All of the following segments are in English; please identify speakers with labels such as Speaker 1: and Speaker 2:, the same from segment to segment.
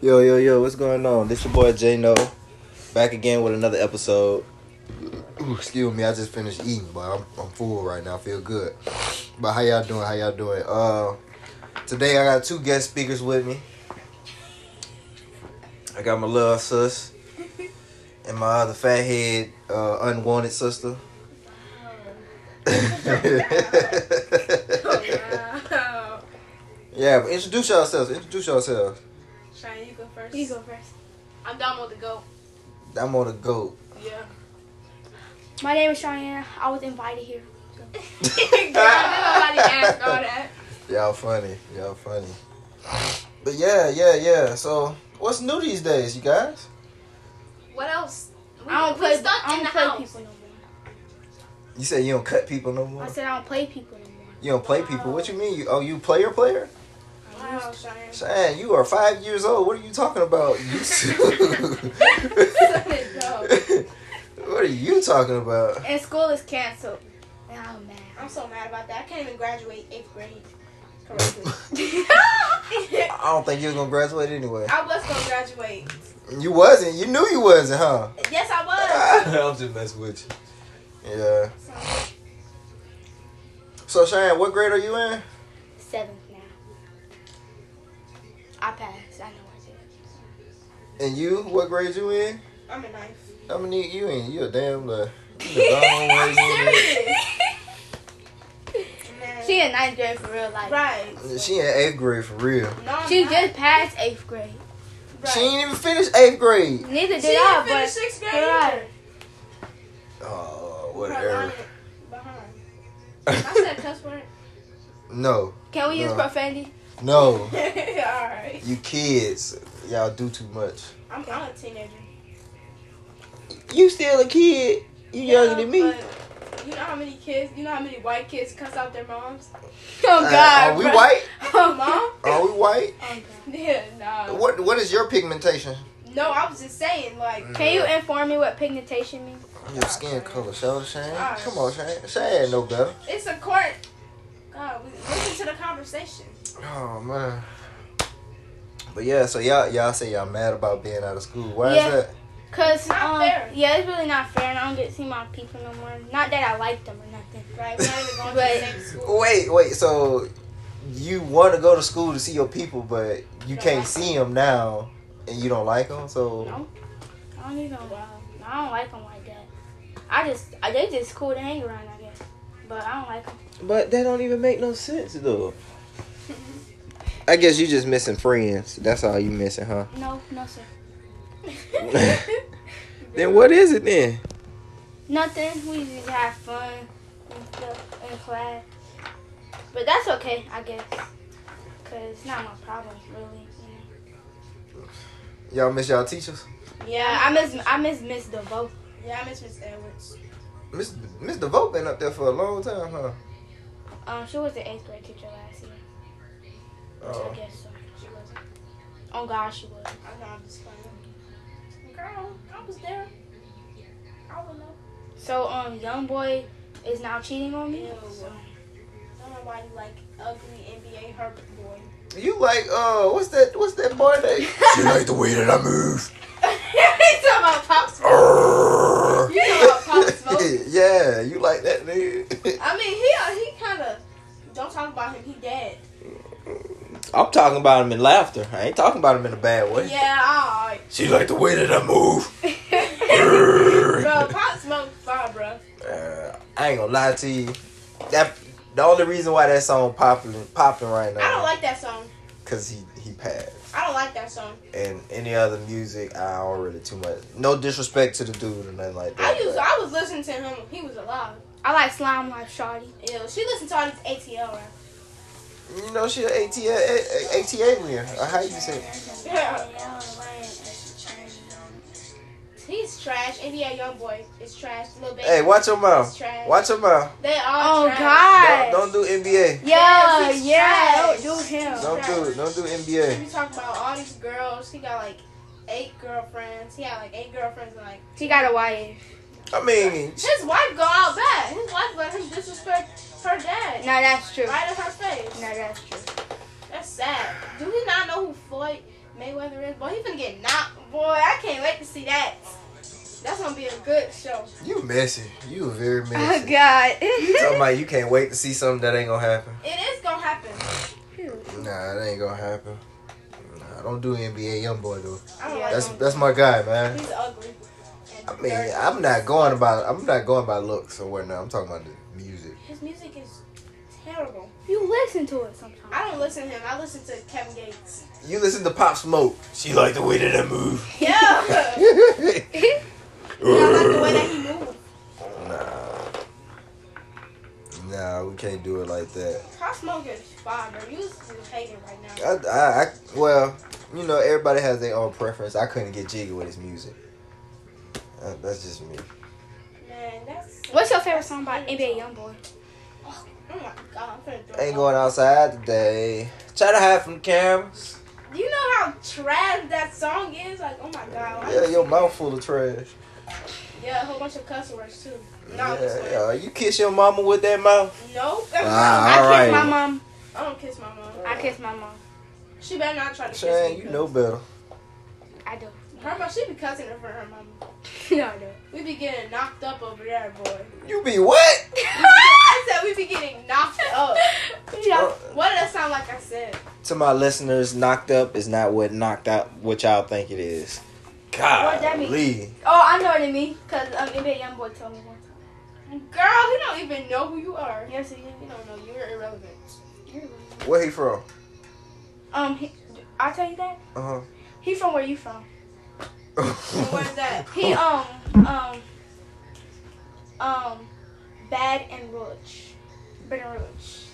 Speaker 1: Yo, yo, yo, what's going on? This your boy J No. Back again with another episode. Ooh, excuse me, I just finished eating, but I'm, I'm full right now. I feel good. But how y'all doing? How y'all doing? Uh, today I got two guest speakers with me. I got my little sis and my other fathead, uh, unwanted sister.
Speaker 2: Wow.
Speaker 1: yeah, but introduce yourselves. Introduce yourselves.
Speaker 2: Shine, you go first.
Speaker 3: You go first.
Speaker 2: I'm down with the goat.
Speaker 1: I'm on the go.
Speaker 2: Yeah.
Speaker 3: My name is Cheyenne. I was invited here.
Speaker 2: nobody asked all that.
Speaker 1: Y'all funny. Y'all funny. But yeah, yeah, yeah. So, what's new these days, you guys?
Speaker 2: What else? We,
Speaker 3: I don't
Speaker 2: we
Speaker 3: play.
Speaker 2: stuck
Speaker 3: I
Speaker 2: in
Speaker 3: don't
Speaker 2: the
Speaker 3: play
Speaker 2: house.
Speaker 3: people no more.
Speaker 1: You said you don't cut people no more.
Speaker 3: I said uh, I don't play people no more.
Speaker 1: You don't play people. What you mean? You, oh, you player player?
Speaker 2: Wow, Cheyenne.
Speaker 1: Shan, you are five years old. What are you talking about? YouTube. what are you talking about?
Speaker 3: And school is canceled. And I'm mad.
Speaker 2: I'm so mad about that. I can't even graduate eighth grade.
Speaker 1: I don't think you was gonna graduate anyway.
Speaker 2: I was gonna graduate.
Speaker 1: You wasn't. You knew you wasn't, huh?
Speaker 2: Yes, I was.
Speaker 1: I'm just messing with you. Yeah. So Cheyenne, what grade are you in?
Speaker 3: Seventh now. I passed. I know I did.
Speaker 1: And you, what grade you in?
Speaker 2: I'm a knife.
Speaker 1: How many you in? You a damn uh, you a long way in.
Speaker 2: Man.
Speaker 3: She in ninth grade for real life.
Speaker 2: right.
Speaker 1: She in eighth grade for real.
Speaker 2: No, I'm
Speaker 3: She
Speaker 2: not.
Speaker 3: just passed eighth grade.
Speaker 2: Right.
Speaker 1: She ain't even finished eighth grade.
Speaker 3: Neither did
Speaker 2: She
Speaker 3: I,
Speaker 2: didn't finish
Speaker 3: but
Speaker 2: sixth grade
Speaker 3: Right.
Speaker 1: Oh,
Speaker 2: either.
Speaker 1: whatever.
Speaker 2: Behind. I said cuss word.
Speaker 1: no,
Speaker 3: can we use
Speaker 1: No.
Speaker 3: profanity?
Speaker 1: no,
Speaker 2: All right.
Speaker 1: you kids, y'all do too much.
Speaker 2: I'm, I'm a teenager.
Speaker 1: You still a kid. You
Speaker 2: Yeah, but You know how many kids? You know how many white kids cuss out their moms?
Speaker 3: Oh
Speaker 1: Uh,
Speaker 3: God.
Speaker 1: are we
Speaker 3: bruh.
Speaker 1: white?
Speaker 3: Oh mom.
Speaker 2: Mom?
Speaker 1: Are we white?
Speaker 3: Oh, God.
Speaker 2: Yeah, no.
Speaker 1: What What is your pigmentation?
Speaker 2: No, I was just saying, like,
Speaker 1: Mm.
Speaker 3: Can you inform me what pigmentation means?
Speaker 1: Your skin color, shoulder Shane.
Speaker 2: Alright.
Speaker 1: Come on, Shane. Shane no better.
Speaker 2: it's a court. God, we listen to the conversation.
Speaker 1: Oh man. But yeah, so y'all y'all say y'all mad about being out of school. Why
Speaker 3: Yeah.
Speaker 1: is that?
Speaker 3: Cause
Speaker 2: Not
Speaker 3: um,
Speaker 2: fair.
Speaker 3: yeah, it's really not fair, and I don't get to see my people no more. Not that I like them or nothing.
Speaker 2: Right? We're not even going to the same school.
Speaker 1: Wait, wait. So you want to go to school to see your people, but you
Speaker 2: Don't
Speaker 1: can't
Speaker 2: like
Speaker 1: see them now, and you don't like them. So
Speaker 3: No. I don't even know. I don't like them like that. I just I- they just cool to hang around, I guess. But I don't like them.
Speaker 1: But that don't even make no sense though. I guess you just missing friends. That's all you missing, huh?
Speaker 3: No, no sir.
Speaker 1: then what is it then?
Speaker 3: Nothing. We just have fun and stuff in class. But that's okay, I guess. Cause it's not my problem, really. You
Speaker 1: Y'all miss y'all teachers?
Speaker 3: know?
Speaker 2: Yeah,
Speaker 3: I miss I miss Miss DeVoe.
Speaker 2: I, yeah, I miss Miss Edwards.
Speaker 1: Miss Miss DeVoe been up there for a long time, huh?
Speaker 3: Um, she was the eighth grade teacher last year.
Speaker 1: Oh.
Speaker 3: I guess so.
Speaker 2: She was.
Speaker 3: Oh gosh, she was.
Speaker 2: I know, I'm just playing. Girl, I was there. I don't know.
Speaker 3: So um, young boy is now cheating on me.
Speaker 2: Ew. I don't know why you like ugly NBA herb boy.
Speaker 1: You like uh what's that what's that boy that You like the way that I move?
Speaker 2: you talking about Pop Smoke? You know about Pop Smoke?
Speaker 1: yeah, you like that nigga.
Speaker 2: I mean, he uh, he kind of don't talk about him. He dead.
Speaker 1: I'm talking about him in laughter. I ain't talking about him in a bad way.
Speaker 2: Yeah, all right.
Speaker 1: She like the way that I move.
Speaker 2: bro, Pop Smoke, fine, bro.
Speaker 1: Uh, I ain't gonna lie to you. That the only reason why that song popping popping right
Speaker 2: I don't
Speaker 1: now
Speaker 2: like that song.
Speaker 1: because he he passed.
Speaker 2: I don't like that song.
Speaker 1: And any other music, I don't really too much. No disrespect to the dude or nothing like that.
Speaker 2: I used
Speaker 1: but-
Speaker 2: I was listening to him when he was alive.
Speaker 3: I like slime life, shawty.
Speaker 2: Ew, she listened to all these ATL rap.
Speaker 1: you know she an ATA a- a- ATA win. Or how you say? it?
Speaker 2: Yeah. He's trash. NBA YoungBoy is trash. Little baby.
Speaker 1: Hey, watch your
Speaker 2: is
Speaker 1: mouth.
Speaker 2: Trash.
Speaker 1: Watch your mouth.
Speaker 2: They are
Speaker 3: Oh
Speaker 2: trash.
Speaker 3: God.
Speaker 1: Don't, don't do NBA.
Speaker 3: Yeah,
Speaker 2: Yes, he's
Speaker 3: yeah.
Speaker 2: trash.
Speaker 3: Don't do him.
Speaker 1: Don't do it. Don't do
Speaker 2: We
Speaker 1: NBA.
Speaker 2: talk about all these girls. He got like eight girlfriends. He had like eight girlfriends and like.
Speaker 3: She got a wife.
Speaker 1: I mean,
Speaker 2: His wife go out bad. His wife let him disrespect her dad.
Speaker 3: Now that's true. Now
Speaker 2: Right in her face.
Speaker 3: that's true.
Speaker 2: That's sad. Do we not know who Floyd Mayweather Mayweather is. Boy, he's gonna get knocked. Boy, I can't wait to see that. That's gonna be a good show.
Speaker 1: You messy. You very
Speaker 2: Oh
Speaker 1: messy.
Speaker 2: God.
Speaker 1: You talking about you can't wait to see something that ain't gonna happen.
Speaker 2: It is gonna happen.
Speaker 1: Nah, that ain't gonna happen. Nah, don't do NBA young boy though.
Speaker 2: I don't
Speaker 1: That's
Speaker 2: like him.
Speaker 1: that's my guy, man.
Speaker 2: He's ugly. And
Speaker 1: I mean,
Speaker 2: dirty.
Speaker 1: I'm not going by I'm not going by looks or whatnot. I'm talking about the music.
Speaker 2: His music is terrible.
Speaker 3: You listen to it sometimes.
Speaker 2: I don't listen to him. I listen to Kevin Gates.
Speaker 1: You listen to Pop Smoke. She like the way that I move.
Speaker 2: Yeah. I like the way that he moves.
Speaker 1: nah, nah, we can't do it like that.
Speaker 2: Pop Smoke is fine, bro. You is hating right now.
Speaker 1: I, I, I well, you know, everybody has their own preference. I couldn't get jiggy with his music. Uh, that's just me.
Speaker 2: Man, that's.
Speaker 3: What's your favorite song by NBA Youngboy?
Speaker 2: Oh my god, I'm finna throw
Speaker 1: Ain't
Speaker 2: up.
Speaker 1: going outside today. Try to hide from cameras.
Speaker 2: Do you know how trash that song is? Like, oh my god.
Speaker 1: Yeah, your mouth full of trash.
Speaker 2: Yeah, a whole bunch of cuss words too. No,
Speaker 1: Yeah,
Speaker 2: cuss words.
Speaker 1: yeah. You kiss your mama with that mouth.
Speaker 2: Nope.
Speaker 1: Ah,
Speaker 3: I
Speaker 1: all right.
Speaker 3: kiss my mom.
Speaker 2: I don't kiss my mom.
Speaker 3: I kiss my mom.
Speaker 2: She better not try to kiss
Speaker 1: Shane,
Speaker 2: me.
Speaker 1: you know better.
Speaker 3: I do.
Speaker 2: Her mom, she be cussing in front of her mama.
Speaker 3: no, I do.
Speaker 2: We be getting knocked up over there, boy.
Speaker 1: You be what?
Speaker 2: I said we be getting knocked up.
Speaker 1: Uh,
Speaker 3: Yeah.
Speaker 2: What did that sound like I said?
Speaker 1: To my listeners, knocked up is not what knocked out what y'all think it is.
Speaker 3: What that mean?
Speaker 1: Golly.
Speaker 3: Oh, I know what it means because um, NBA Youngboy told me one time.
Speaker 2: Girl, he don't even know who you are.
Speaker 3: Yes, he
Speaker 2: He don't know. You're irrelevant.
Speaker 3: did.
Speaker 1: Where he from?
Speaker 3: Um, he, I tell you that
Speaker 1: Uh
Speaker 3: he from where you from.
Speaker 1: huh.
Speaker 2: Where's that?
Speaker 3: He
Speaker 1: Oh.
Speaker 3: um um um bad and rich, bad and rich.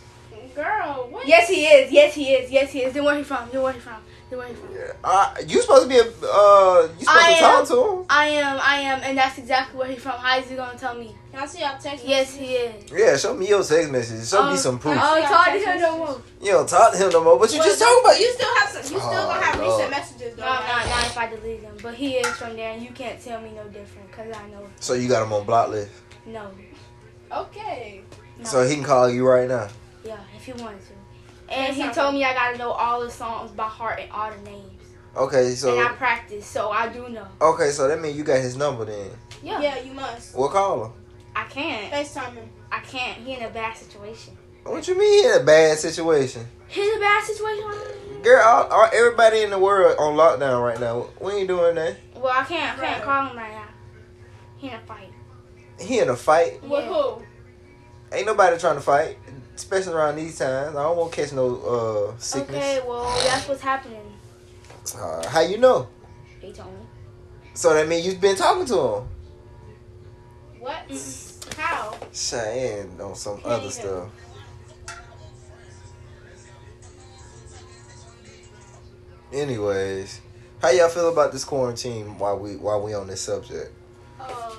Speaker 2: Girl, what?
Speaker 3: Yes, he is. Yes, he is. Yes, he is. Then where he from? Then where he from? Then where he from?
Speaker 1: Yeah. Uh, you supposed to be a uh, you supposed
Speaker 3: I
Speaker 1: to
Speaker 3: am-
Speaker 1: talk to him.
Speaker 3: I am. I am, and that's exactly where he from. How is he gonna tell me?
Speaker 2: Can I see y'all text?
Speaker 3: Yes, he is.
Speaker 1: Yeah, show me your text message. Show
Speaker 3: Um,
Speaker 1: me some proof.
Speaker 3: Oh, Todd is no more.
Speaker 1: you don't talk to him no more. But you
Speaker 2: Well,
Speaker 1: just talking about
Speaker 2: You
Speaker 1: you.
Speaker 2: still have some. You still
Speaker 1: Oh,
Speaker 2: gonna have
Speaker 1: Lord.
Speaker 2: recent messages though.
Speaker 3: No, not
Speaker 2: right?
Speaker 3: not if I delete him. But he is from there, and you can't tell me no different, cause I know
Speaker 1: So you got him on block list.
Speaker 3: no.
Speaker 2: Okay.
Speaker 3: no.
Speaker 1: So he can call you right now.
Speaker 3: yeah, if he wanted to. And
Speaker 2: That
Speaker 3: he
Speaker 2: sounds
Speaker 3: told me I gotta know all the songs by heart and all the names.
Speaker 1: Okay,
Speaker 3: and I
Speaker 1: so
Speaker 3: practice, so I do know.
Speaker 1: okay, so that means you got his number then.
Speaker 3: Yeah,
Speaker 2: Yeah, you must.
Speaker 1: Well, call him.
Speaker 3: I can't.
Speaker 2: FaceTime him.
Speaker 3: I can't. He in a bad situation.
Speaker 1: What you mean in a bad situation,
Speaker 3: He in a bad situation.
Speaker 1: girl? All, all, everybody in the world on lockdown right now. We ain't doing that.
Speaker 3: Well, I can't. I
Speaker 2: Right.
Speaker 3: can't call him right now. He in a fight.
Speaker 1: He in a fight.
Speaker 2: With
Speaker 3: Yeah.
Speaker 2: who?
Speaker 1: Ain't nobody trying to fight, especially around these times. I don't want to catch no uh sickness.
Speaker 3: Okay, well that's what's happening.
Speaker 1: Uh, how you know?
Speaker 3: He told me.
Speaker 1: So that means you've been talking to him.
Speaker 2: What? How?
Speaker 1: Cheyenne on some
Speaker 2: Can't
Speaker 1: other
Speaker 2: even.
Speaker 1: stuff. Anyways, how y'all feel about this quarantine while we while we on this subject?
Speaker 2: Uh,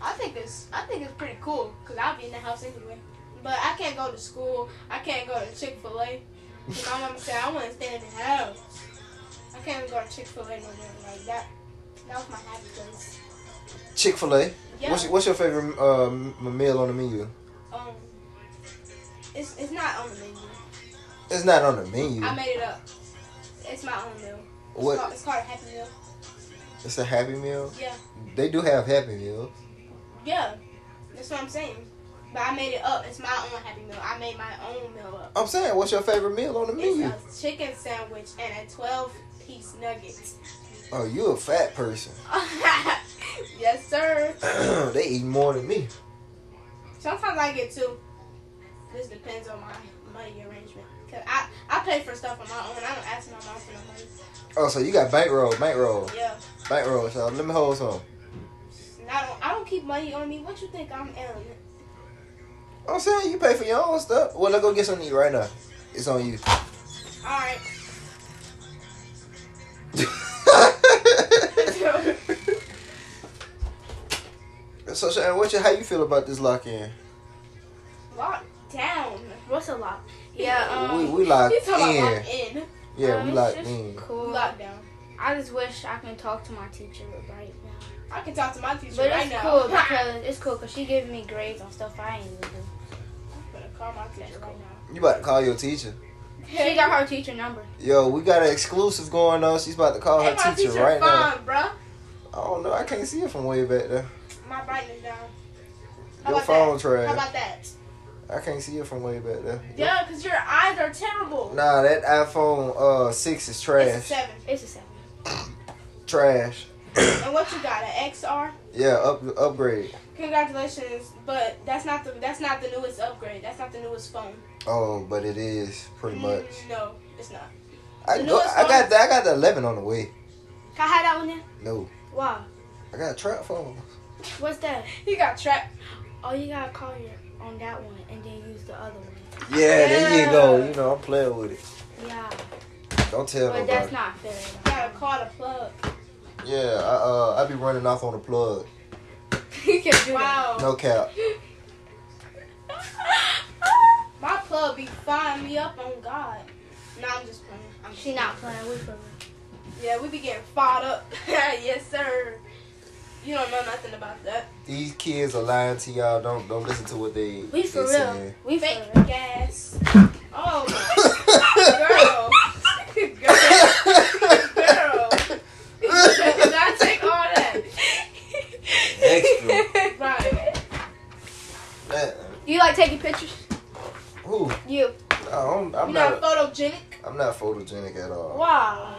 Speaker 2: I think it's I think it's pretty cool because I'll be in the house anyway. But I can't go to school. I can't go to Chick Fil A. My mama said I want to stay in the house. I can't go to Chick Fil A no more like that. That was my happy place.
Speaker 1: Chick Fil A.
Speaker 2: Yeah.
Speaker 1: What's what's your favorite um, m- meal on the menu?
Speaker 2: um, it's it's not on the menu.
Speaker 1: It's not on the menu.
Speaker 2: I made it up. It's my own meal. It's
Speaker 1: what?
Speaker 2: Called, it's called a happy meal.
Speaker 1: It's a Happy Meal.
Speaker 2: Yeah.
Speaker 1: They do have Happy Meals.
Speaker 2: Yeah. That's what I'm saying. But I made it up. It's my own happy meal. I made my own meal up.
Speaker 1: I'm saying, what's your favorite meal on the
Speaker 2: It's
Speaker 1: menu?
Speaker 2: a chicken sandwich and a 12 piece nugget.
Speaker 1: Oh, you a fat person.
Speaker 2: yes, sir.
Speaker 1: they eat more than me.
Speaker 2: Sometimes I get two. This depends on my money arrangement. Cause I, I pay for stuff on my own. I don't ask my mom for no money.
Speaker 1: Oh, so you got bankroll, bankroll,
Speaker 2: Yeah.
Speaker 1: bankroll. So let me hold some.
Speaker 2: And I don't I don't keep money on me. What you think I'm ailing?
Speaker 1: I'm saying you pay for your own stuff. Well, let's go get something to eat right now. It's on you.
Speaker 2: All right.
Speaker 1: so, Shannon, what you, how you feel about this lock in?
Speaker 2: Lock down.
Speaker 3: What's a lot? Yeah. Um,
Speaker 1: we we locked
Speaker 2: You talking about
Speaker 1: in.
Speaker 2: lock in?
Speaker 1: Yeah,
Speaker 2: Uh,
Speaker 3: um,
Speaker 1: we
Speaker 3: it's
Speaker 1: locked
Speaker 3: just
Speaker 1: in.
Speaker 3: Cool.
Speaker 2: Lock down.
Speaker 3: I just wish I can talk to my teacher right now.
Speaker 2: I can talk to my teacher
Speaker 3: But
Speaker 2: right
Speaker 3: it's
Speaker 2: now.
Speaker 3: cool because it's cool because she giving me grades on stuff I ain't even do.
Speaker 2: I'm gonna call my teacher right now.
Speaker 1: You about to call your teacher?
Speaker 3: She got her teacher number.
Speaker 1: Yo, we got an exclusive going on. She's about to call
Speaker 2: Hey, my
Speaker 1: her teacher
Speaker 2: teacher
Speaker 1: right now.
Speaker 2: fine, bruh.
Speaker 1: I don't know. I can't see it from way back there.
Speaker 2: My brightness down. How
Speaker 1: Your
Speaker 2: about
Speaker 1: phone
Speaker 2: that? How
Speaker 1: trash.
Speaker 2: about that?
Speaker 1: I can't see it from way back there.
Speaker 2: Yeah, because your eyes are terrible.
Speaker 1: Nah, that iPhone uh six is
Speaker 2: It's a
Speaker 1: trash.
Speaker 2: seven.
Speaker 3: It's a seven.
Speaker 1: Trash.
Speaker 2: And what you got? An XR?
Speaker 1: Yeah, up upgrade.
Speaker 2: Congratulations, but that's not the that's not the newest upgrade. That's not the newest phone. Mm,
Speaker 1: Oh, but it is pretty much.
Speaker 2: No, it's not.
Speaker 1: I
Speaker 2: The
Speaker 1: go,
Speaker 2: newest
Speaker 1: I got
Speaker 2: phone-
Speaker 1: the, I got the eleven on the way.
Speaker 3: Can I have that one then?
Speaker 1: No,
Speaker 3: Wow.
Speaker 1: I got a trap phone.
Speaker 3: What's that?
Speaker 2: He got trapped.
Speaker 3: Oh, you gotta call your on that one and then use the other one.
Speaker 1: Yeah, there you go.
Speaker 2: Yeah.
Speaker 1: You know I'm playing with it.
Speaker 3: Yeah.
Speaker 1: Don't tell
Speaker 3: But
Speaker 1: nobody.
Speaker 3: that's not fair. though.
Speaker 2: Gotta call the plug.
Speaker 1: yeah, I uh I be running off on the plug.
Speaker 3: you can do that.
Speaker 2: Wow.
Speaker 1: No cap.
Speaker 2: My plug be firing me up on God. Nah, I'm just playing. I'm
Speaker 3: She not playing with her.
Speaker 2: Yeah, we be getting fired up. yes, sir. You don't know nothing about that.
Speaker 1: These kids are lying to y'all. Don't don't listen to what they
Speaker 3: We for
Speaker 1: they
Speaker 3: real.
Speaker 1: saying.
Speaker 3: We for
Speaker 2: Fake
Speaker 3: real.
Speaker 2: gas. Oh, girl. girl. Girl. Did I take all that?
Speaker 1: Extra.
Speaker 2: Right.
Speaker 1: Man,
Speaker 3: You like taking pictures?
Speaker 1: Ooh,
Speaker 3: You.
Speaker 1: no, I'm, I'm
Speaker 2: you
Speaker 1: not.
Speaker 2: not photogenic?
Speaker 1: I'm not photogenic at all.
Speaker 3: Wow.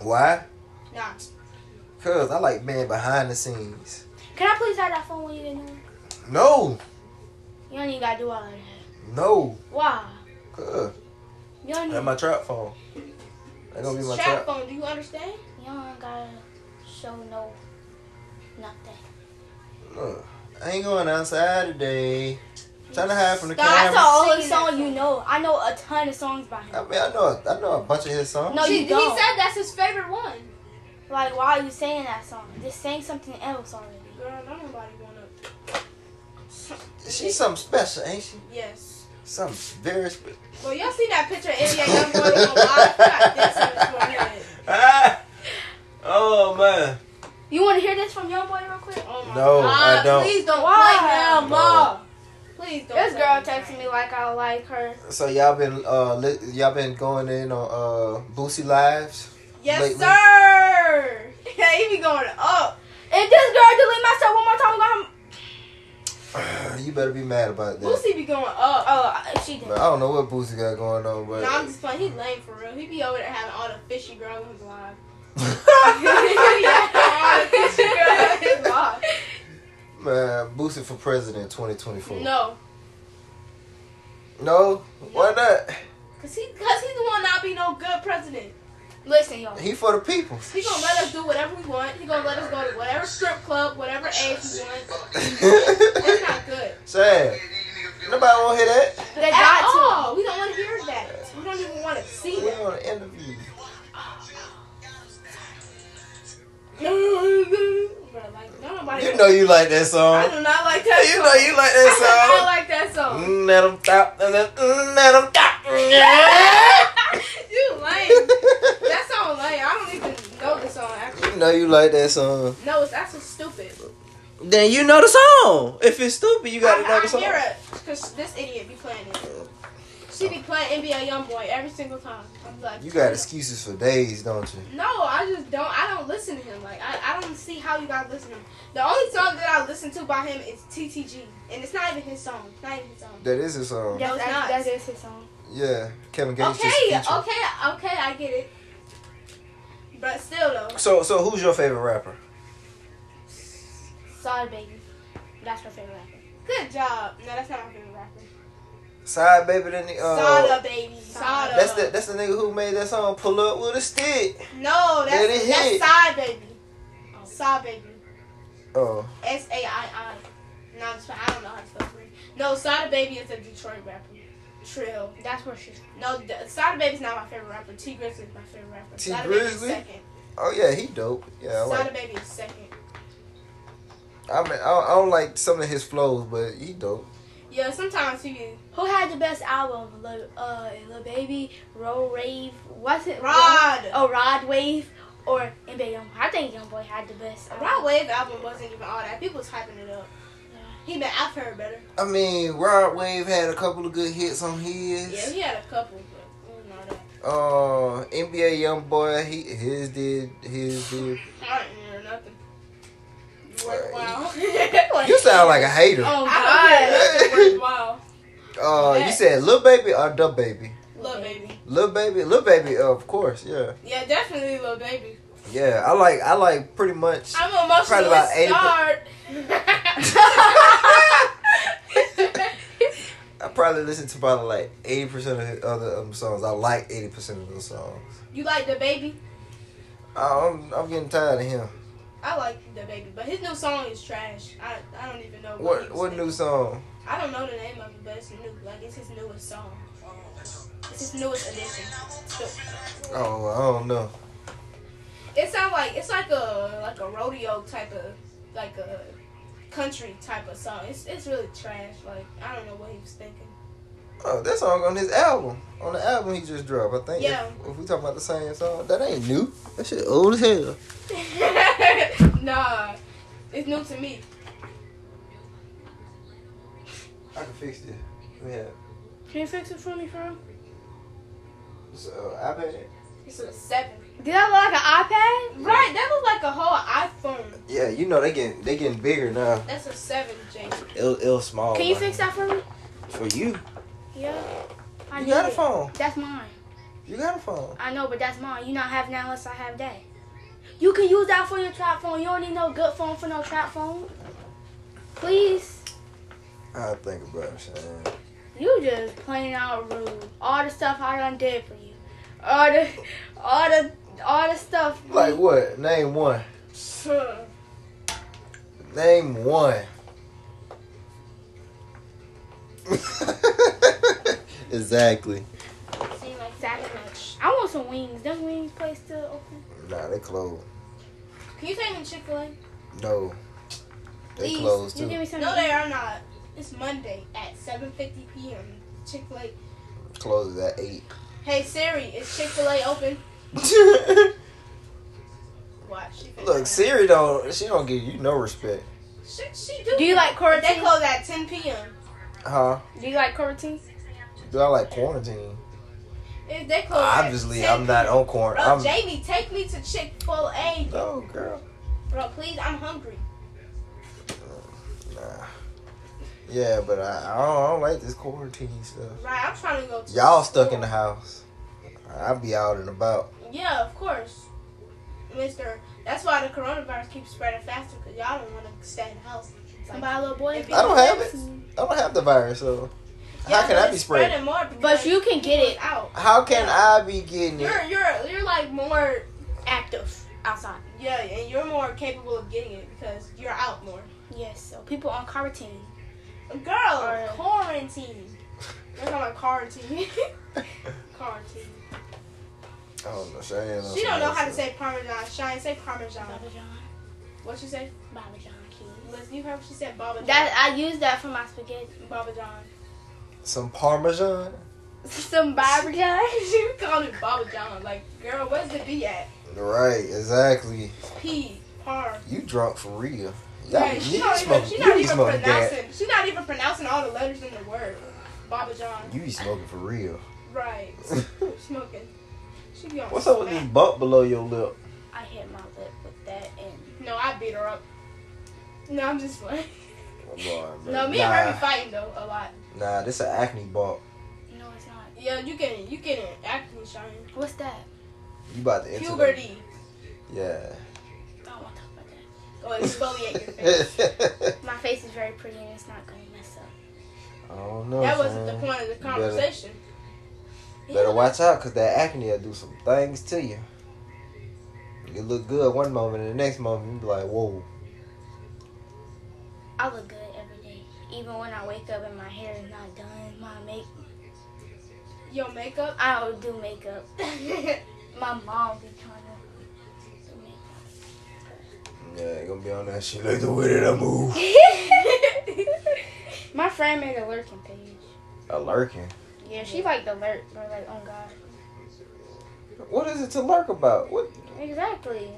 Speaker 1: Why?
Speaker 2: Nah.
Speaker 1: Cause I like being behind the scenes.
Speaker 3: Can I please have that phone when you didn't know?
Speaker 1: No,
Speaker 3: You don't even gotta do all of that.
Speaker 1: no.
Speaker 3: Wow.
Speaker 1: Cause
Speaker 3: You don't,
Speaker 1: that's
Speaker 3: even,
Speaker 1: my trap phone. That's gonna be my
Speaker 2: Strap
Speaker 1: trap.
Speaker 2: phone, do you understand?
Speaker 3: you don't gotta show no nothing.
Speaker 1: Look, I ain't going outside today. Trying to hide from the
Speaker 2: Stop.
Speaker 1: camera.
Speaker 3: That's the only
Speaker 2: singing that
Speaker 3: song you know. I know a ton of songs by him.
Speaker 1: I mean, I know, I know a bunch of his songs.
Speaker 3: No,
Speaker 2: She-
Speaker 3: you don't.
Speaker 2: He said that's his favorite one.
Speaker 3: Like, why are you saying that song? Just sing something else already.
Speaker 2: Girl, don't nobody want to.
Speaker 1: She's something special, ain't she?
Speaker 2: Yes.
Speaker 1: Something very special.
Speaker 2: Well, y'all see that picture of NBA Youngboy on live? He got this in his forehead.
Speaker 1: Ah! oh man.
Speaker 3: You want to hear this from Youngboy real quick?
Speaker 2: Oh my
Speaker 1: No,
Speaker 2: God.
Speaker 1: I don't.
Speaker 2: Please don't
Speaker 3: Why?
Speaker 2: play now,
Speaker 1: No.
Speaker 2: Ma. Please don't.
Speaker 3: This
Speaker 2: play
Speaker 3: girl
Speaker 2: now.
Speaker 3: texted me like I like her.
Speaker 1: So y'all been uh li- y'all been going in on uh Boosie lives.
Speaker 2: Yes,
Speaker 1: lately.
Speaker 2: sir. Yeah, he be going up.
Speaker 3: If this girl delete my stuff one more time, I'm gonna.
Speaker 1: you better be mad about that.
Speaker 2: Boosie be going up.
Speaker 3: Oh, uh, she did.
Speaker 1: But I don't know what Boosie got going on,
Speaker 2: No,
Speaker 1: but
Speaker 2: I'm just playing. He lame for real. He be over there having all the fishy girls in his life.
Speaker 1: man, Boosie for president 2024.
Speaker 2: No,
Speaker 1: No? why not?
Speaker 2: cause he, cause he the one not be no good president.
Speaker 3: Listen, y'all.
Speaker 1: He for the people.
Speaker 2: He gonna let us do whatever we want. He gonna let us go to whatever strip club, whatever age we want. That's not good
Speaker 1: Sad. Nobody won't hear that.
Speaker 3: They
Speaker 2: at
Speaker 3: got
Speaker 2: all. We don't want to hear that. We don't even want to see
Speaker 1: We
Speaker 2: that.
Speaker 1: on the interview.
Speaker 2: Bruh, like, don't nobody.
Speaker 1: You know you like that
Speaker 2: I
Speaker 1: song.
Speaker 2: do not like that.
Speaker 1: You know you like
Speaker 2: I do not
Speaker 1: that
Speaker 2: like that
Speaker 1: song.
Speaker 2: song.
Speaker 1: Mm, Let 'em stop. Let 'em- mm, let 'em stop. Yeah.
Speaker 2: you lame. That song lame. I don't even know the song actually.
Speaker 1: You know you like that song.
Speaker 2: No, it's actually stupid.
Speaker 1: Then you know the song. If it's stupid, you gotta
Speaker 2: I,
Speaker 1: know
Speaker 2: I
Speaker 1: the song.
Speaker 2: hear it because this idiot be playing it. She be playing NBA YoungBoy every single time. I'm like,
Speaker 1: You got excuses for days, don't you?
Speaker 2: No, I just don't. I don't listen to him. Like I, I don't see how you guys listen to him. The only song that I listen to by him is TTG, and it's not even his song. It's not even his song.
Speaker 1: That is his song.
Speaker 3: That's,
Speaker 2: it's not.
Speaker 3: that's, that's his song.
Speaker 1: Yeah, Kevin Gates
Speaker 2: Okay, okay,
Speaker 1: just featured.
Speaker 2: okay. I get it. But still though,
Speaker 1: So, so who's your favorite rapper?
Speaker 3: Sorry, baby. That's my favorite rapper.
Speaker 2: good job. No, that's not my favorite rapper.
Speaker 1: Side baby, then the uh,
Speaker 2: Sada baby, Sada.
Speaker 1: that's the that's the nigga who made that song "Pull Up with a Stick."
Speaker 2: No,
Speaker 1: Let
Speaker 2: that's
Speaker 1: it
Speaker 2: that's
Speaker 1: hit.
Speaker 2: Side baby. Side baby.
Speaker 1: Oh,
Speaker 2: S A I I. No, I'm just- I don't know how to spell it. No, Sada Baby is a Detroit rapper. Trill.
Speaker 3: That's where she's.
Speaker 2: No, D- Sada Baby's not my favorite rapper. T Grizzly is my favorite rapper.
Speaker 1: T.
Speaker 2: Sada Baby is
Speaker 1: Grizzly?
Speaker 2: second.
Speaker 1: oh yeah, he dope. Yeah, I
Speaker 2: Sada
Speaker 1: like.
Speaker 2: Baby is second.
Speaker 1: I mean, I don't, I don't like some of his flows, but he dope.
Speaker 2: Yeah, sometimes he be
Speaker 3: Who had the best album? Lil, uh, Lil Baby, Roll Rave. What's it?
Speaker 2: Rod.
Speaker 3: Oh, Rod Wave or NBA Young. I think YoungBoy had the best. album.
Speaker 2: Rod Wave album wasn't even all that. People was hyping it up. He been I've heard better.
Speaker 1: I mean, Rod Wave had a couple of good hits on
Speaker 2: Yeah,
Speaker 1: his.
Speaker 2: he had a couple. But
Speaker 1: uh NBA young boy, he his did his did.
Speaker 2: I didn't hear nothing.
Speaker 1: Right.
Speaker 2: Wow.
Speaker 1: You sound like a hater.
Speaker 2: Oh
Speaker 1: God.
Speaker 2: God. wow.
Speaker 1: Uh, you said little baby or the baby?
Speaker 2: Lil baby.
Speaker 1: Little baby, little baby, uh, of course, yeah,
Speaker 2: Yeah, definitely little baby.
Speaker 1: yeah. I like, I like pretty much.
Speaker 2: I'm emotionally
Speaker 1: about 80
Speaker 2: scarred.
Speaker 1: I probably listen to probably like eighty percent of his other um, songs. I like eighty percent of the songs.
Speaker 2: you like the baby?
Speaker 1: I- I'm, I'm getting tired of him.
Speaker 2: I like the baby, but his new song is trash. I I don't even know he
Speaker 1: What
Speaker 2: was
Speaker 1: what
Speaker 2: singing.
Speaker 1: new song?
Speaker 2: I don't know the name of it, but it's new. Like it's his newest song. It's his newest edition. So,
Speaker 1: Oh, I don't know.
Speaker 2: it sounds like it's like a like a rodeo type of like a country type of song. It's it's really trash. Like I don't know what he was thinking.
Speaker 1: Oh, that song on his album. On the album he just dropped, I think.
Speaker 2: Yeah.
Speaker 1: If, if we talking about the same song, that ain't new. That shit old as hell.
Speaker 2: nah, it's new to me.
Speaker 1: I can fix this. Yeah.
Speaker 3: Can you fix it for me, bro?
Speaker 1: So I bet.
Speaker 2: It's a seven.
Speaker 3: Did I look like an iPad?
Speaker 2: Right, that was like a whole iPhone.
Speaker 1: Yeah, you know they getting they getting bigger now.
Speaker 2: That's a seven, James.
Speaker 1: Ill ill small.
Speaker 3: Can you
Speaker 1: right
Speaker 3: fix
Speaker 1: now.
Speaker 3: that for me?
Speaker 1: For you,
Speaker 3: Yeah. I
Speaker 1: you
Speaker 3: need
Speaker 1: got a
Speaker 3: it.
Speaker 1: phone.
Speaker 3: That's mine.
Speaker 1: You got a phone.
Speaker 3: I know, but that's mine. You not having that unless I have that. You can use that for your trap phone. You don't need no good phone for no trap phone. Please.
Speaker 1: I think about it. Son.
Speaker 3: You just playing out rude. All the stuff I done did for you. All the all the all the stuff
Speaker 1: Like what? Name one.
Speaker 2: Huh.
Speaker 1: Name one. exactly.
Speaker 3: seem like sacrilege. I want some wings. Them wings place still open.
Speaker 1: Nah, they closed.
Speaker 2: Can you take me Chick Fil A?
Speaker 1: No, they
Speaker 3: Please.
Speaker 1: closed
Speaker 3: you
Speaker 1: too.
Speaker 3: give me some
Speaker 2: No, they are not. It's Monday at 7:50 p.m. Chick Fil A.
Speaker 1: Closes at eight.
Speaker 2: Hey Siri, is Chick Fil A open? Watch. She finna-
Speaker 1: Look, Siri don't. She don't give you no respect,
Speaker 2: She, she do.
Speaker 3: Do you like quarantine?
Speaker 2: They close at 10 p.m.
Speaker 1: huh?
Speaker 3: Do you like quarantine?
Speaker 1: Do I like quarantine?
Speaker 2: If they close. at
Speaker 1: Obviously,
Speaker 2: 10
Speaker 1: I'm not on
Speaker 2: Bro,
Speaker 1: quarantine. I'm
Speaker 2: Jamie, take me to Chick Fil A.
Speaker 1: no girl.
Speaker 2: Bro, please, I'm hungry.
Speaker 1: Nah. Yeah, but I, I, don't, I don't like this quarantine stuff.
Speaker 2: Right, I'm trying to go. To
Speaker 1: Y'all stuck in the house. I be out and about.
Speaker 2: Yeah, of course, Mister. That's why the coronavirus keeps spreading faster because y'all don't want to stay in the house. It's like-
Speaker 3: My little boy.
Speaker 1: I don't have it. I don't have the virus, so how
Speaker 2: Yeah,
Speaker 1: can
Speaker 2: but
Speaker 1: I be
Speaker 2: it's
Speaker 1: spreading?
Speaker 2: more because
Speaker 3: But you can get
Speaker 2: people's
Speaker 3: it.
Speaker 2: out.
Speaker 1: How can I be getting it?
Speaker 2: You're you're you're like more
Speaker 3: Active outside.
Speaker 2: yeah, and you're more capable of getting it because you're out more.
Speaker 3: Yes. So people on quarantine.
Speaker 2: Girl,
Speaker 3: Alright.
Speaker 2: quarantine. We're talking about quarantine. quarantine.
Speaker 1: I don't know. Cheyenne knows
Speaker 2: She don't know how to
Speaker 1: something
Speaker 2: say parmesan. Shine, say parmesan.
Speaker 3: Baba John.
Speaker 2: What you say?
Speaker 3: Baba John King.
Speaker 2: Liz, you heard what she said? Baba John.
Speaker 3: That I use that for my spaghetti.
Speaker 2: Baba John.
Speaker 1: else. Some Parmesan.
Speaker 3: Some Baba John.
Speaker 2: she called it Baba John. Like, girl, where's the B at?
Speaker 1: Right, exactly.
Speaker 2: P. Par.
Speaker 1: You drunk for real. Y'all,
Speaker 2: Right,
Speaker 1: you
Speaker 2: she not even,
Speaker 1: smoking,
Speaker 2: she
Speaker 1: you
Speaker 2: not
Speaker 1: be
Speaker 2: even
Speaker 1: smoking gas.
Speaker 2: pronouncing. She not even pronouncing all the letters in the word. Baba John.
Speaker 1: You be smoking for real.
Speaker 2: Right. Smoking. She be on
Speaker 1: What's up with
Speaker 2: smack.
Speaker 1: this bump below your lip?
Speaker 3: I hit my lip with that and
Speaker 2: No, I beat her up. No, I'm just playing.
Speaker 1: Oh, Lord,
Speaker 2: No, me
Speaker 1: nah,
Speaker 2: and her be fighting though a lot.
Speaker 1: Nah, this an acne bump.
Speaker 3: no, it's not.
Speaker 2: Yeah, you getting you getting acne shine.
Speaker 3: What's that?
Speaker 1: You about to enter. the-
Speaker 2: Puberty.
Speaker 1: Yeah.
Speaker 3: I don't want to talk about that.
Speaker 2: Go Oh, exfoliate your face.
Speaker 1: I
Speaker 3: My face is very pretty and it's not gonna mess up.
Speaker 1: don't know.
Speaker 2: That wasn't the
Speaker 1: son.
Speaker 2: point of the
Speaker 1: Oh, better-
Speaker 2: conversation.
Speaker 1: Better watch out, cause that acne will do some things to you. You look good one moment, and the next moment you be like, "Whoa,
Speaker 3: I look good every day, even when I wake up and my hair is not done. My make
Speaker 2: Your makeup.
Speaker 3: I don't do makeup.
Speaker 2: Why
Speaker 3: My mom be trying to do makeup.
Speaker 1: yeah, you gonna be on that shit like the way that I move."
Speaker 3: My friend made a lurking page.
Speaker 1: A lurking.
Speaker 3: Yeah, she like the lurk, bro. Like, oh god.
Speaker 1: What is it to lurk about? What?
Speaker 3: Exactly.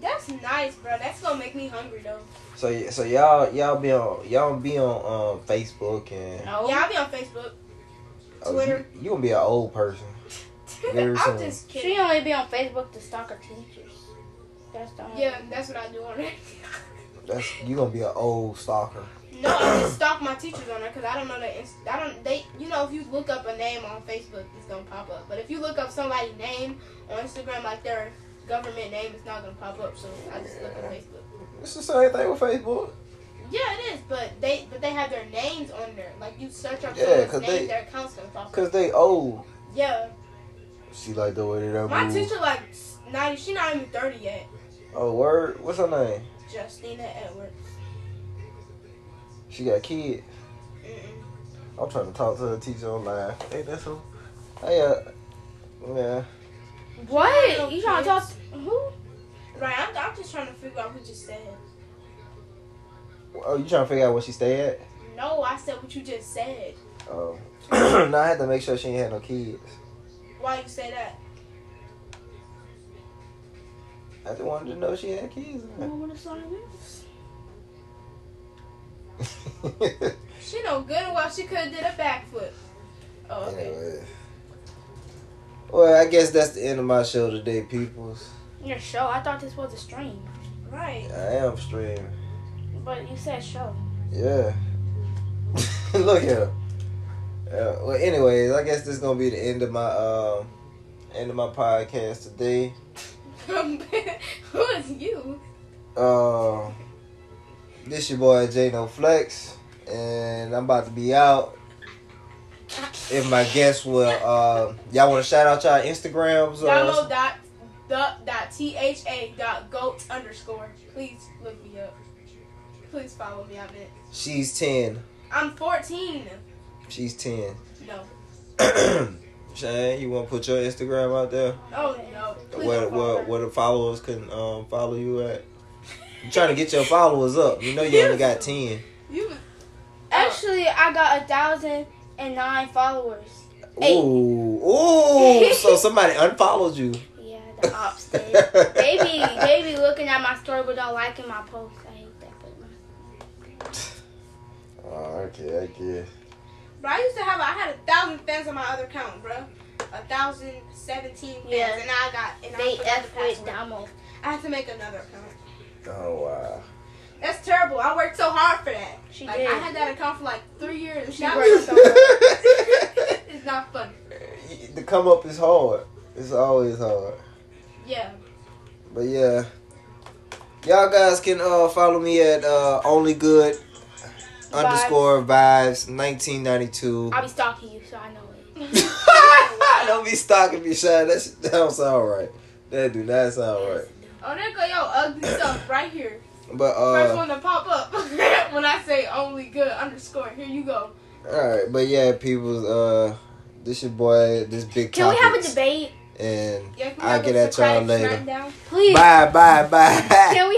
Speaker 2: That's nice, bro. That's gonna make me hungry though.
Speaker 1: So y- so y'all y'all be on y'all be on um Facebook and
Speaker 3: No.
Speaker 2: Yeah, I'll be on Facebook.
Speaker 1: oh,
Speaker 2: Twitter.
Speaker 1: you, you gonna be an old person. Very
Speaker 2: I'm
Speaker 1: soon.
Speaker 2: just
Speaker 3: She
Speaker 2: kidding.
Speaker 3: only be on Facebook to stalk her teachers. That's the only.
Speaker 2: Yeah, that's what I do on there.
Speaker 1: That's you gonna be an old stalker.
Speaker 2: No, I just stalk my teachers on there because I don't know their. Inst- I don't. They. You know, if you look up a name on Facebook, it's gonna pop up. But if you look up somebody's name on Instagram, like their government name, it's not gonna pop up. So I just look at Facebook.
Speaker 1: It's the same thing with Facebook.
Speaker 2: Yeah, it is. But they. But they have their names on there. Like you search up
Speaker 1: Yeah,
Speaker 2: someone's
Speaker 1: 'cause
Speaker 2: name,
Speaker 1: they-
Speaker 2: their account's gonna pop up.
Speaker 1: Cause they old.
Speaker 2: Yeah,
Speaker 1: She like the way that I
Speaker 2: my
Speaker 1: move.
Speaker 2: teacher like ninety. She not even thirty yet.
Speaker 1: Oh word, what's her name?
Speaker 2: Justina Edwards.
Speaker 1: She got a kid.
Speaker 2: Mm-mm.
Speaker 1: I'm trying to talk to her teacher online. Hey, that's her. Hey, uh, yeah.
Speaker 3: What? You trying to talk? Who?
Speaker 2: Right. I'm, I'm just trying to figure out who just said.
Speaker 1: Oh, you trying to figure out where she stay at?
Speaker 2: No, I said what you just said.
Speaker 1: Oh, no, I had to make sure she ain't had no kids.
Speaker 2: Why you say that?
Speaker 1: I just wanted to know if she had kids. or not.
Speaker 2: She know good and well she could have did a backflip. Oh, okay.
Speaker 1: Anyway. Well, I guess that's the end of my show today, peoples.
Speaker 3: Your show. I thought this was a stream,
Speaker 2: Right.
Speaker 1: I am streaming.
Speaker 3: but you said show.
Speaker 1: Yeah. Look at him. Uh, well, anyways, I guess this is gonna be the end of my um, end of my podcast today.
Speaker 2: Who is you?
Speaker 1: Uh, this your boy J No Flex, and I'm about to be out. If my guests will, uh, y'all want to shout out y'all Instagrams? uh,
Speaker 2: Download
Speaker 1: Or,
Speaker 2: dot the dot tha dot goat underscore. Please look me up. Please follow me. I'm it.
Speaker 1: she's ten.
Speaker 2: I'm 14.
Speaker 1: She's ten.
Speaker 2: No.
Speaker 1: Shane, you want to put your Instagram out there?
Speaker 2: Oh no. Please
Speaker 1: where
Speaker 2: don't follow
Speaker 1: where
Speaker 2: her.
Speaker 1: where the followers can um, follow you at? You trying to get your followers up? You know you only got ten.
Speaker 3: Oh.
Speaker 2: You.
Speaker 3: Actually, I got a thousand and nine followers. Eight.
Speaker 1: Ooh, ooh! So somebody unfollowed you.
Speaker 3: Yeah, the ops did. they be they be looking at my story but don't liking my post. I hate that. But my-
Speaker 1: Oh, okay, I guess.
Speaker 2: But I used to have. I had a thousand fans on my other account, bro. A thousand seventeen fans,
Speaker 3: Yeah.
Speaker 2: and I got. And I
Speaker 3: they
Speaker 2: forgot
Speaker 3: f
Speaker 2: the
Speaker 3: with
Speaker 2: password.
Speaker 3: Damo.
Speaker 2: I had to make another account.
Speaker 1: Oh wow.
Speaker 2: That's terrible. I worked so hard for that.
Speaker 3: She
Speaker 2: Like,
Speaker 3: did.
Speaker 2: I had that account for like three years. and
Speaker 3: She
Speaker 2: that
Speaker 3: worked
Speaker 2: was
Speaker 3: so
Speaker 2: so hard. it's not fun.
Speaker 1: the come up is hard. It's always hard.
Speaker 2: Yeah.
Speaker 1: But yeah. Y'all guys can uh, follow me at uh, only good underscore vibes 1992.
Speaker 3: I'll be stalking you, so I know it.
Speaker 1: Don't be stalking me, Sean. That, shit- that don't sound right. That do not sound right.
Speaker 2: Oh, there go your ugly stuff right here.
Speaker 1: But
Speaker 2: First
Speaker 1: uh,
Speaker 2: one to pop up when I say only good underscore. Here you go.
Speaker 1: all right. But yeah, people's uh, this your boy, this big.
Speaker 3: Can we have a
Speaker 1: Topics,
Speaker 3: debate,
Speaker 1: And
Speaker 2: Yeah, can we
Speaker 1: I'll
Speaker 2: have
Speaker 1: get
Speaker 2: a
Speaker 1: at y'all
Speaker 2: Socratic
Speaker 1: later.
Speaker 2: smackdown?
Speaker 3: please?
Speaker 1: Bye, bye, bye.
Speaker 3: Can we have?